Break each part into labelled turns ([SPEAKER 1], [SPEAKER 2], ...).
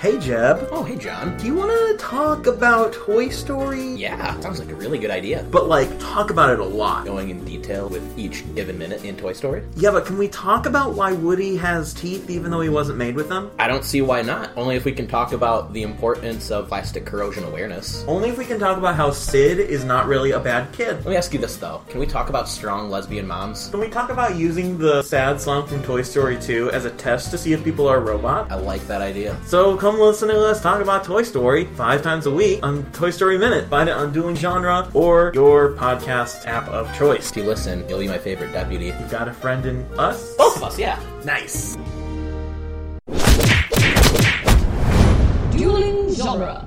[SPEAKER 1] Hey, Jeb.
[SPEAKER 2] Oh, hey, John.
[SPEAKER 1] Do you want to talk about Toy Story?
[SPEAKER 2] Yeah, sounds like a really good idea.
[SPEAKER 1] But, like, talk about it a lot.
[SPEAKER 2] Going in detail with each given minute in Toy Story?
[SPEAKER 1] Yeah, but can we talk about why Woody has teeth even though he wasn't made with them?
[SPEAKER 2] I don't see why not. Only if we can talk about the importance of plastic corrosion awareness.
[SPEAKER 1] Only if we can talk about how Sid is not really a bad kid.
[SPEAKER 2] Let me ask you this, though. Can we talk about strong lesbian moms?
[SPEAKER 1] Can we talk about using the sad song from Toy Story 2 as a test to see if people are robots?
[SPEAKER 2] I like that idea.
[SPEAKER 1] So come listen to us talk about Toy Story five times a week on Toy Story Minute. Find it on Dueling Genre or your podcast app of choice.
[SPEAKER 2] If you listen, you'll be my favorite deputy.
[SPEAKER 1] You got a friend in us?
[SPEAKER 2] Both of us, yeah.
[SPEAKER 1] Nice.
[SPEAKER 3] Dueling Genre.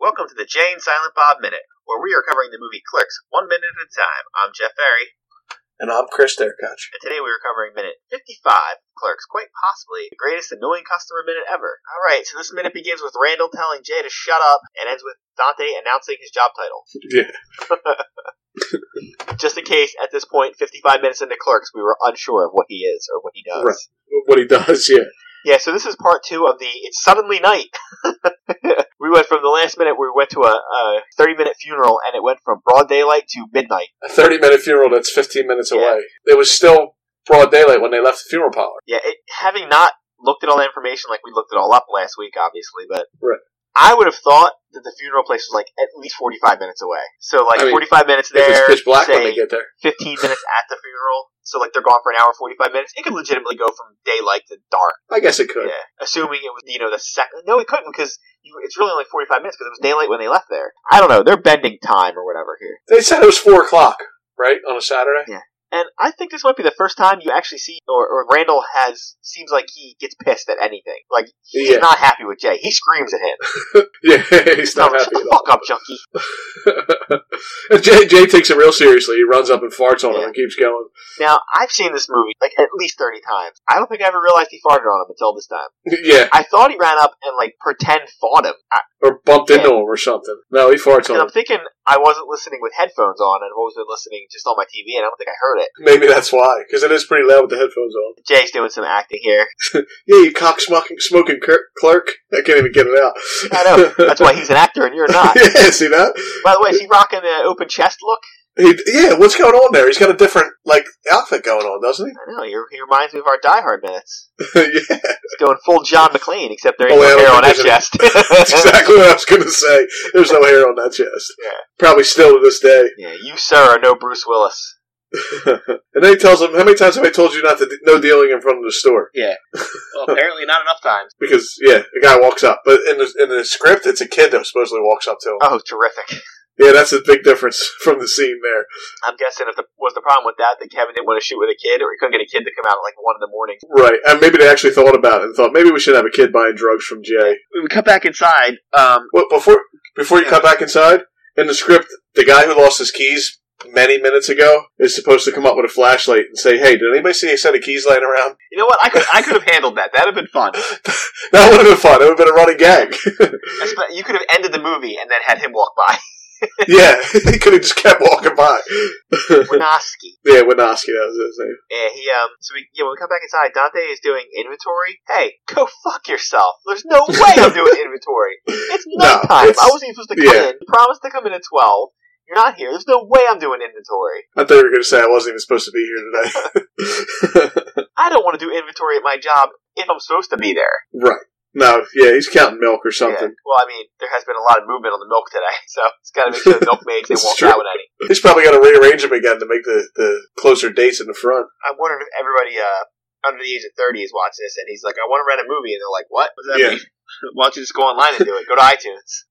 [SPEAKER 4] Welcome to the Jane Silent Bob Minute, where we are covering the movie Clicks one minute at a time. I'm Jeff Ferry,
[SPEAKER 5] And I'm Chris Derkach.
[SPEAKER 4] and today we are covering minute 55, Clerks, quite possibly the greatest annoying customer minute ever. Alright, so this minute begins with Randall telling Jay to shut up and ends with Dante announcing his job title.
[SPEAKER 5] Yeah.
[SPEAKER 4] Just in case, at this point, 55 minutes into Clerks, we were unsure of what he is or what he does.
[SPEAKER 5] Right. What he does, yeah.
[SPEAKER 4] Yeah, so this is part two of the It's Suddenly Night. we went from the last minute where we went to a, a 30 minute funeral, and it went from broad daylight to midnight.
[SPEAKER 5] A 30 minute funeral that's 15 minutes
[SPEAKER 4] Yeah.
[SPEAKER 5] away. It was still broad daylight when they left the funeral parlor.
[SPEAKER 4] Yeah, it, having not looked at all the information like we looked it all up last week, obviously, but
[SPEAKER 5] Right.
[SPEAKER 4] I would have thought that the funeral place was like at least forty five minutes away. So like
[SPEAKER 5] I mean,
[SPEAKER 4] forty five minutes
[SPEAKER 5] It
[SPEAKER 4] there,
[SPEAKER 5] was pitch black when
[SPEAKER 4] say
[SPEAKER 5] they get there.
[SPEAKER 4] fifteen minutes at the funeral. So like they're gone for an hour forty five minutes. It could legitimately go from daylight to dark.
[SPEAKER 5] I guess it could.
[SPEAKER 4] Yeah, assuming it was you know the second. No, it couldn't because you, it's really only forty five minutes because it was daylight when they left there. I don't know. They're bending time or whatever here.
[SPEAKER 5] They said it was 4 o'clock, right? On a Saturday?
[SPEAKER 4] And I think this might be the first time you actually see, or, or Randall has seems like he gets pissed at anything. Like he's
[SPEAKER 5] Yeah.
[SPEAKER 4] not happy with Jay. He screams at him.
[SPEAKER 5] Yeah, he's not
[SPEAKER 4] No, shut
[SPEAKER 5] happy
[SPEAKER 4] the
[SPEAKER 5] at all.
[SPEAKER 4] fuck up, junkie.
[SPEAKER 5] And Jay, Jay takes it real seriously. He runs up and farts on him
[SPEAKER 4] Yeah.
[SPEAKER 5] and keeps going.
[SPEAKER 4] Now I've seen this movie like at least thirty times. I don't think I ever realized he farted on him until this time.
[SPEAKER 5] yeah,
[SPEAKER 4] I thought he ran up and like pretend fought him, I,
[SPEAKER 5] or bumped
[SPEAKER 4] Yeah.
[SPEAKER 5] into him or something. No, he farts
[SPEAKER 4] and
[SPEAKER 5] on
[SPEAKER 4] I'm
[SPEAKER 5] him.
[SPEAKER 4] thinking I wasn't listening with headphones on, and I've always been listening just on my TV, and I don't think I heard it.
[SPEAKER 5] Maybe that's why, because it is pretty loud with the headphones on.
[SPEAKER 4] Jay's doing some acting here.
[SPEAKER 5] Yeah, you cock smoking, smoking cur- clerk. I can't even get it out.
[SPEAKER 4] I know that's why he's an actor and you're not.
[SPEAKER 5] yeah, see that?
[SPEAKER 4] By the way, is he rocking the open chest look?
[SPEAKER 5] He, yeah, what's going on there? He's got a different like outfit going on, doesn't
[SPEAKER 4] I know you're, he reminds me of our Die Hard minutes.
[SPEAKER 5] he? yeah,
[SPEAKER 4] It's going full John McClane, except there ain't
[SPEAKER 5] Oh,
[SPEAKER 4] no
[SPEAKER 5] yeah,
[SPEAKER 4] hair on that
[SPEAKER 5] there's a-
[SPEAKER 4] chest.
[SPEAKER 5] that's exactly what I was going to say. There's no hair on that chest.
[SPEAKER 4] Yeah.
[SPEAKER 5] Probably still to this day.
[SPEAKER 4] yeah, you sir are no Bruce Willis.
[SPEAKER 5] and then he tells him, "How many times have I told you not to d- no dealing in front of the store?"
[SPEAKER 4] Well, apparently not enough times.
[SPEAKER 5] Because yeah, the guy walks up, but in the in the script, it's a kid that supposedly walks up to him.
[SPEAKER 4] Oh, terrific!
[SPEAKER 5] Yeah, that's a big difference from the scene there.
[SPEAKER 4] I'm guessing if the was the problem with that that Kevin didn't want to shoot with a kid, or he couldn't get a kid to come out at like one in the morning.
[SPEAKER 5] Right, and maybe they actually thought about it and thought maybe we should have a kid buying drugs from Jay.
[SPEAKER 4] We cut back inside. Um,
[SPEAKER 5] Well, before before you come back inside in the script, the guy who lost his keys many minutes ago is supposed to come up with a flashlight and say, "Hey, did anybody see a set of keys laying around?"
[SPEAKER 4] you know what? I could I could have handled that. That'd have been fun.
[SPEAKER 5] That would have been fun. It would have been a running gag.
[SPEAKER 4] I spe- You could have ended the movie and then had him walk by.
[SPEAKER 5] yeah, he could have just kept walking by.
[SPEAKER 4] Winoski.
[SPEAKER 5] yeah, Winoski, that was his name.
[SPEAKER 4] Yeah, he um. So we yeah, when we come back inside, Dante is doing inventory. Hey, go fuck yourself. There's no way I'm doing inventory. It's
[SPEAKER 5] No,
[SPEAKER 4] nighttime.
[SPEAKER 5] it's-
[SPEAKER 4] I wasn't even supposed to come
[SPEAKER 5] yeah.
[SPEAKER 4] in. You promised to come in at twelve. You're not here. There's no way I'm doing inventory.
[SPEAKER 5] I thought you were going to say I wasn't even supposed to be here today.
[SPEAKER 4] I don't want to do inventory at my job if I'm supposed to be there.
[SPEAKER 5] right. No, yeah, he's counting milk or something.
[SPEAKER 4] Yeah. Well, I mean, there has been a lot of movement on the milk today, so it's got to make sure the milkmaids didn't
[SPEAKER 5] This is
[SPEAKER 4] walk
[SPEAKER 5] true.
[SPEAKER 4] out with any.
[SPEAKER 5] He's probably got to rearrange him again to make the, the closer dates in the front.
[SPEAKER 4] I'm wondering if everybody uh, under the age of 30 is watching this, and he's like, I want to rent a movie, and they're like, what? What does that
[SPEAKER 5] Yeah.
[SPEAKER 4] mean? Why don't you just go online and do it? Go to iTunes.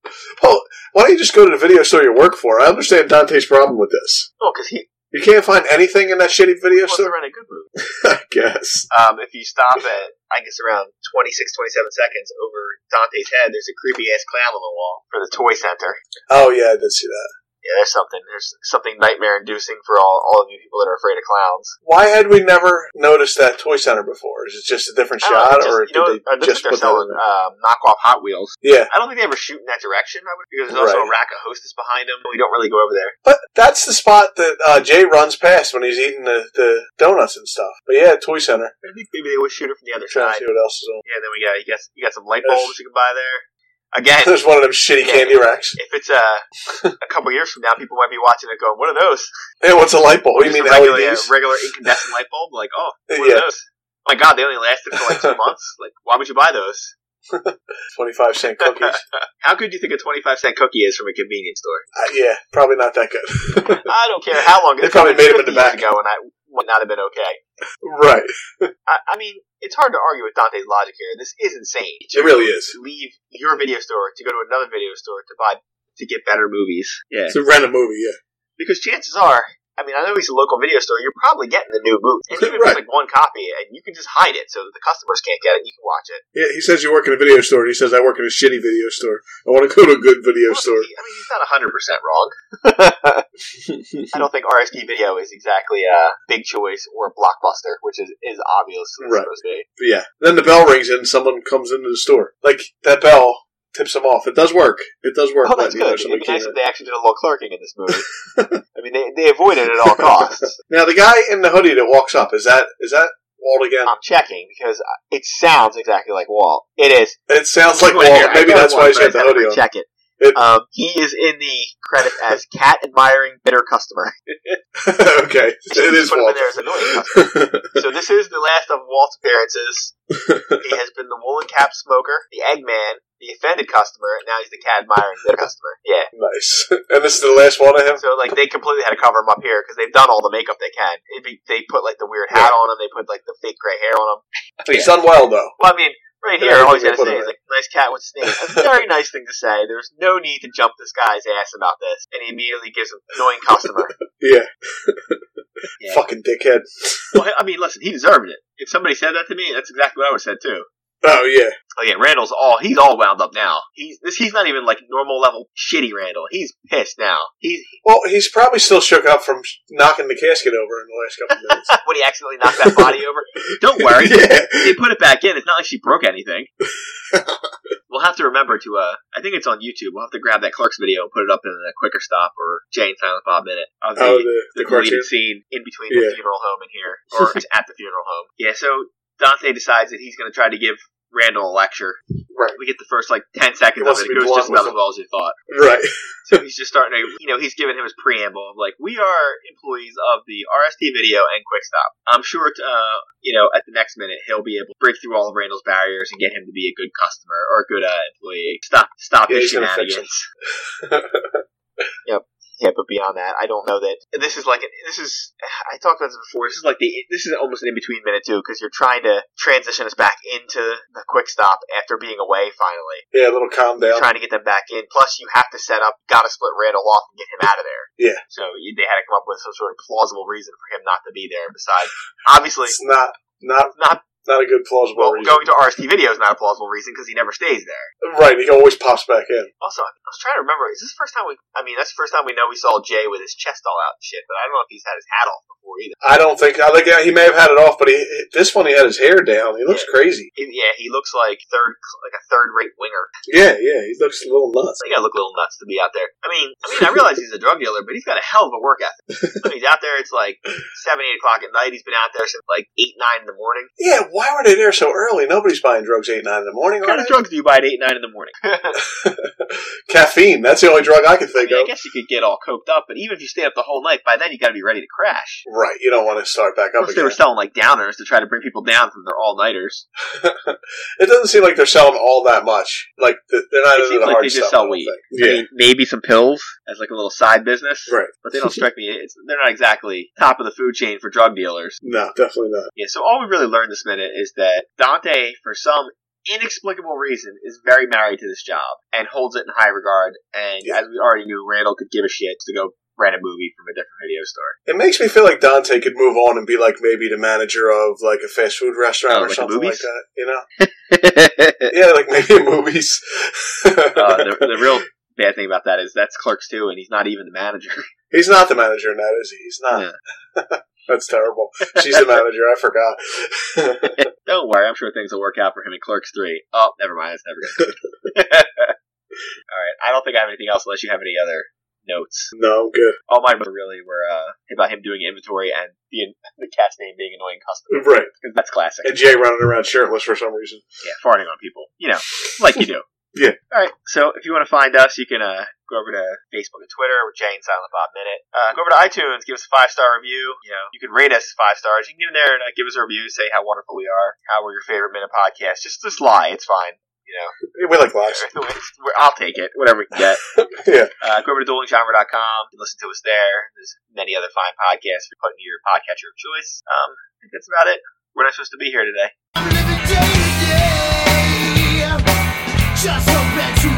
[SPEAKER 5] Oh, why don't you just go to the video store you work for? I understand Dante's problem with this.
[SPEAKER 4] Oh, because he
[SPEAKER 5] You can't find anything in that shitty video
[SPEAKER 4] wants to
[SPEAKER 5] store.
[SPEAKER 4] rent a good movie.
[SPEAKER 5] I guess.
[SPEAKER 4] Um, if you stop at, I guess, around 26, 27 seconds over Dante's head, there's a creepy ass clown on the wall for the toy center.
[SPEAKER 5] Oh yeah, I did see that.
[SPEAKER 4] Yeah, there's something. There's something nightmare inducing for all, all of you people that are afraid of clowns.
[SPEAKER 5] Why had we never noticed that toy center before? Is it just a different
[SPEAKER 4] I don't know,
[SPEAKER 5] shot,
[SPEAKER 4] Oh, just-
[SPEAKER 5] or
[SPEAKER 4] you know,
[SPEAKER 5] did
[SPEAKER 4] I
[SPEAKER 5] they
[SPEAKER 4] just
[SPEAKER 5] just
[SPEAKER 4] think they're
[SPEAKER 5] put that
[SPEAKER 4] selling
[SPEAKER 5] in? there?
[SPEAKER 4] um, knockoff Hot Wheels.
[SPEAKER 5] Yeah,
[SPEAKER 4] I don't think they ever shoot in that direction. I would, because there's also a
[SPEAKER 5] Right.
[SPEAKER 4] rack of hostess behind them. We don't really go over there.
[SPEAKER 5] but that's the spot that uh, Jay runs past when he's eating the, the donuts and stuff. But yeah, toy center.
[SPEAKER 4] I think maybe they would shoot it from the other
[SPEAKER 5] trying
[SPEAKER 4] side.
[SPEAKER 5] to see what else is on.
[SPEAKER 4] Yeah, then we got you got you got some light
[SPEAKER 5] There's-
[SPEAKER 4] bulbs you can buy there. Again,
[SPEAKER 5] There's one of them shitty
[SPEAKER 4] Yeah.
[SPEAKER 5] candy racks.
[SPEAKER 4] if it's uh, a couple years from now, people might be watching it going, "What are those?"
[SPEAKER 5] Hey, what's a light bulb? What do you
[SPEAKER 4] Just
[SPEAKER 5] mean E
[SPEAKER 4] a regular,
[SPEAKER 5] LEDs?
[SPEAKER 4] a regular incandescent light bulb? Like, oh, what
[SPEAKER 5] Yeah.
[SPEAKER 4] are those? My God, they only lasted for like two months. Like, why would you buy those?
[SPEAKER 5] Twenty-five cent cookies.
[SPEAKER 4] How good do you think a twenty-five cent cookie is from a convenience store?
[SPEAKER 5] Uh, yeah, probably not that good.
[SPEAKER 4] I don't care how long.
[SPEAKER 5] They probably made 'em in
[SPEAKER 4] 50
[SPEAKER 5] the
[SPEAKER 4] years
[SPEAKER 5] back.
[SPEAKER 4] ago, and I would not have been okay.
[SPEAKER 5] right.
[SPEAKER 4] I, I mean, it's hard to argue with Dante's logic here. This is insane.
[SPEAKER 5] It really is.
[SPEAKER 4] To leave your video store to go to another video store to buy to get better movies. Yeah.
[SPEAKER 5] To rent a movie, yeah.
[SPEAKER 4] Because chances are, I mean, I know he's a local video store. You're probably getting the new movie, and even if
[SPEAKER 5] Right.
[SPEAKER 4] it's like one copy, and you can just hide it so that the customers can't get it. and You can watch it.
[SPEAKER 5] Yeah, he says you work in a video store, and he says I work in a shitty video store. I want to go to a good video
[SPEAKER 4] Well,
[SPEAKER 5] store.
[SPEAKER 4] he- I mean, he's not 100 percent wrong. I don't think RSD Video is exactly a big choice or Blockbuster, which is is obviously
[SPEAKER 5] Right.
[SPEAKER 4] supposed to be.
[SPEAKER 5] But yeah. Then the bell rings and someone comes into the store. Like that bell tips them off. It does work. It does work.
[SPEAKER 4] Oh,
[SPEAKER 5] but,
[SPEAKER 4] that's
[SPEAKER 5] you know,
[SPEAKER 4] good. It'd
[SPEAKER 5] somebody
[SPEAKER 4] be
[SPEAKER 5] came
[SPEAKER 4] nice
[SPEAKER 5] in.
[SPEAKER 4] if they actually did a little clerking in this movie. I mean, they they avoid it at all costs.
[SPEAKER 5] now the guy in the hoodie that walks up is that is that Walt again?
[SPEAKER 4] I'm checking because it sounds exactly like Walt. It is.
[SPEAKER 5] it sounds like Walt.
[SPEAKER 4] Wait, here, I
[SPEAKER 5] Maybe
[SPEAKER 4] know
[SPEAKER 5] that's
[SPEAKER 4] it
[SPEAKER 5] why
[SPEAKER 4] was,
[SPEAKER 5] he's got
[SPEAKER 4] but I
[SPEAKER 5] the
[SPEAKER 4] had to
[SPEAKER 5] hoodie on.
[SPEAKER 4] Check it.
[SPEAKER 5] It-
[SPEAKER 4] Um, he is in the credit as cat admiring bitter customer.
[SPEAKER 5] okay, it is
[SPEAKER 4] Put him in
[SPEAKER 5] Walt.
[SPEAKER 4] there as annoying customer. so this is the last of Walt's appearances. He has been the woolen cap smoker, the Eggman, the offended customer, and now he's the cat admiring bitter customer. Yeah.
[SPEAKER 5] nice. And this is the last one of him.
[SPEAKER 4] So like they completely had to cover him up here because they've done all the makeup they can. It'd be, they put like the weird hat on him. They put like the fake gray hair on him.
[SPEAKER 5] He's done well though.
[SPEAKER 4] Well, I mean, right
[SPEAKER 5] Yeah,
[SPEAKER 4] here, all he's
[SPEAKER 5] they
[SPEAKER 4] got to
[SPEAKER 5] put
[SPEAKER 4] say
[SPEAKER 5] him
[SPEAKER 4] is like, "Nice cat with snake." A very nice thing to say. There's no need to jump this guy's ass about this, and he immediately gives him annoying customer.
[SPEAKER 5] Yeah.
[SPEAKER 4] Yeah.
[SPEAKER 5] Fucking dickhead.
[SPEAKER 4] well, I mean, listen, he deserved it. If somebody said that to me, that's exactly what I would have said too.
[SPEAKER 5] Oh yeah.
[SPEAKER 4] Oh yeah, Randall's all he's all wound up now. He's this he's not even like normal level shitty Randall. He's pissed now. He's
[SPEAKER 5] Well, he's probably still shook up from sh- knocking the casket over in the last couple of minutes.
[SPEAKER 4] when he accidentally knocked that body over. Don't worry.
[SPEAKER 5] yeah.
[SPEAKER 4] They put it back in. It's not like she broke anything. we'll have to remember to uh I think it's on YouTube. We'll have to grab that clerk's video and put it up in a quicker stop or Jane Silent Bob minute. Of the,
[SPEAKER 5] Oh, the, the,
[SPEAKER 4] the
[SPEAKER 5] cartoon.
[SPEAKER 4] deleted scene in between
[SPEAKER 5] Yeah.
[SPEAKER 4] the funeral home and here. Or it's at the funeral home. Yeah, so Dante decides that he's gonna try to give Randall a lecture.
[SPEAKER 5] Right.
[SPEAKER 4] We get the first like ten seconds of
[SPEAKER 5] wants
[SPEAKER 4] it.
[SPEAKER 5] to
[SPEAKER 4] It
[SPEAKER 5] be
[SPEAKER 4] goes just
[SPEAKER 5] blunt
[SPEAKER 4] about as
[SPEAKER 5] with
[SPEAKER 4] well as you thought.
[SPEAKER 5] Right.
[SPEAKER 4] So he's just starting to, you know, he's giving him his preamble of like, we are employees of the RST Video and Quickstop. I'm sure, uh, you know, at the next minute he'll be able to break through all of Randall's barriers and get him to be a good customer or a good uh, employee. Stop, stop
[SPEAKER 5] Yeah,
[SPEAKER 4] his
[SPEAKER 5] he's gonna fix
[SPEAKER 4] shenanigans. yep. Yeah, but beyond that, I don't know that this is like an, this is. I talked about this before. This is like the this is almost an in between minute too because you're trying to transition us back into the quick stop after being away finally
[SPEAKER 5] Yeah, a little calm down.
[SPEAKER 4] trying to get them back in. Plus, you have to set up, gotta split Randall off and get him out of there.
[SPEAKER 5] Yeah.
[SPEAKER 4] So you, they had to come up with some sort of plausible reason for him not to be there. Besides, obviously,
[SPEAKER 5] It's not not
[SPEAKER 4] not
[SPEAKER 5] not a good
[SPEAKER 4] well,
[SPEAKER 5] plausible reason.
[SPEAKER 4] going to RST video is not a plausible reason because he never stays there.
[SPEAKER 5] Right, he always pops back in.
[SPEAKER 4] Also, I was trying to remember, is this the first time we, I mean, that's the first time we know we saw Jay with his chest all out and shit, but I don't know if he's had his hat off before either.
[SPEAKER 5] I don't think I think yeah, he may have had it off, but he this one he had his hair down. He looks
[SPEAKER 4] Yeah.
[SPEAKER 5] crazy.
[SPEAKER 4] He- yeah, he looks like third, like a third rate winger.
[SPEAKER 5] Yeah, yeah, he looks a little nuts.
[SPEAKER 4] So you gotta look a little nuts to be out there. I mean, I mean, I realize he's a drug dealer, but he's got a hell of a work ethic. when he's out there, it's like seven, eight o'clock at night. He's been out there since like eight, nine in the morning.
[SPEAKER 5] Yeah, why were they there so early? Nobody's buying drugs eight nine in the morning.
[SPEAKER 4] What kind
[SPEAKER 5] Are
[SPEAKER 4] of drugs do you buy at eight, nine in the morning? I
[SPEAKER 5] they? Caffeine. That's the only drug I can think
[SPEAKER 4] mean, I
[SPEAKER 5] of.
[SPEAKER 4] guess you could get all coked up, but even if you stay up the whole night, by then you gotta be ready to crash.
[SPEAKER 5] Right, you don't want to start back up
[SPEAKER 4] Unless they
[SPEAKER 5] again.
[SPEAKER 4] were selling like downers to try to bring people down from their all nighters.
[SPEAKER 5] It doesn't seem like they're selling all that much. Like th- they're
[SPEAKER 4] It
[SPEAKER 5] not into
[SPEAKER 4] seems
[SPEAKER 5] the
[SPEAKER 4] like
[SPEAKER 5] hard
[SPEAKER 4] they just
[SPEAKER 5] stuff.
[SPEAKER 4] sell
[SPEAKER 5] I don't
[SPEAKER 4] weed.
[SPEAKER 5] think.
[SPEAKER 4] I
[SPEAKER 5] Yeah,
[SPEAKER 4] mean, maybe some pills as like a little side business,
[SPEAKER 5] right.
[SPEAKER 4] but they don't strike me. It's, they're not exactly top of the food chain for drug dealers.
[SPEAKER 5] No, definitely not.
[SPEAKER 4] Yeah, so all we really learned this minute is that Dante, for some inexplicable reason, is very married to this job and holds it in high regard. And
[SPEAKER 5] Yeah.
[SPEAKER 4] as we already knew, Randall could give a shit to go rent a movie from a different video store.
[SPEAKER 5] It makes me feel like Dante could move on and be like maybe the manager of like a fast food restaurant
[SPEAKER 4] Oh,
[SPEAKER 5] or
[SPEAKER 4] like the
[SPEAKER 5] something like
[SPEAKER 4] movies?
[SPEAKER 5] that. You know?
[SPEAKER 4] uh,
[SPEAKER 5] Yeah, like maybe movies.
[SPEAKER 4] the, the real bad thing about that is that's Clerks too, and he's not even the manager.
[SPEAKER 5] He's not the manager in that, is he? He's not. That's terrible. She's the manager. I forgot.
[SPEAKER 4] Don't worry, I'm sure things will work out for him in Clerks 3. Oh, never mind, it's never good. Alright, I don't think I have anything else unless you have any other notes.
[SPEAKER 5] no, I'm good.
[SPEAKER 4] All mine were really were uh, about him doing inventory and the, the cat's name being annoying customer.
[SPEAKER 5] Right.
[SPEAKER 4] 'Cause That's classic.
[SPEAKER 5] And Jay running around shirtless for some reason.
[SPEAKER 4] yeah, farting on people. You know, like you do.
[SPEAKER 5] Yeah.
[SPEAKER 4] All right. So if you want to find us, you can uh, go over to Facebook and Twitter with Jay and Silent Bob Minute. Uh, go over to iTunes, give us a five star review. You know, you can rate us five stars. You can get in there and uh, give us a review, say how wonderful we are, how we're your favorite minute podcast. Just just lie. It's fine. You know,
[SPEAKER 5] We like lies.
[SPEAKER 4] We're- I'll take it. Whatever we can get.
[SPEAKER 5] Yeah.
[SPEAKER 4] Uh, go over to duelinggenre.com and listen to us there. There's many other fine podcasts. If you put in your podcatcher of choice. Um, I think that's about it. We're not supposed to be here today.
[SPEAKER 3] I'm living day to day. Just so bad you Oh,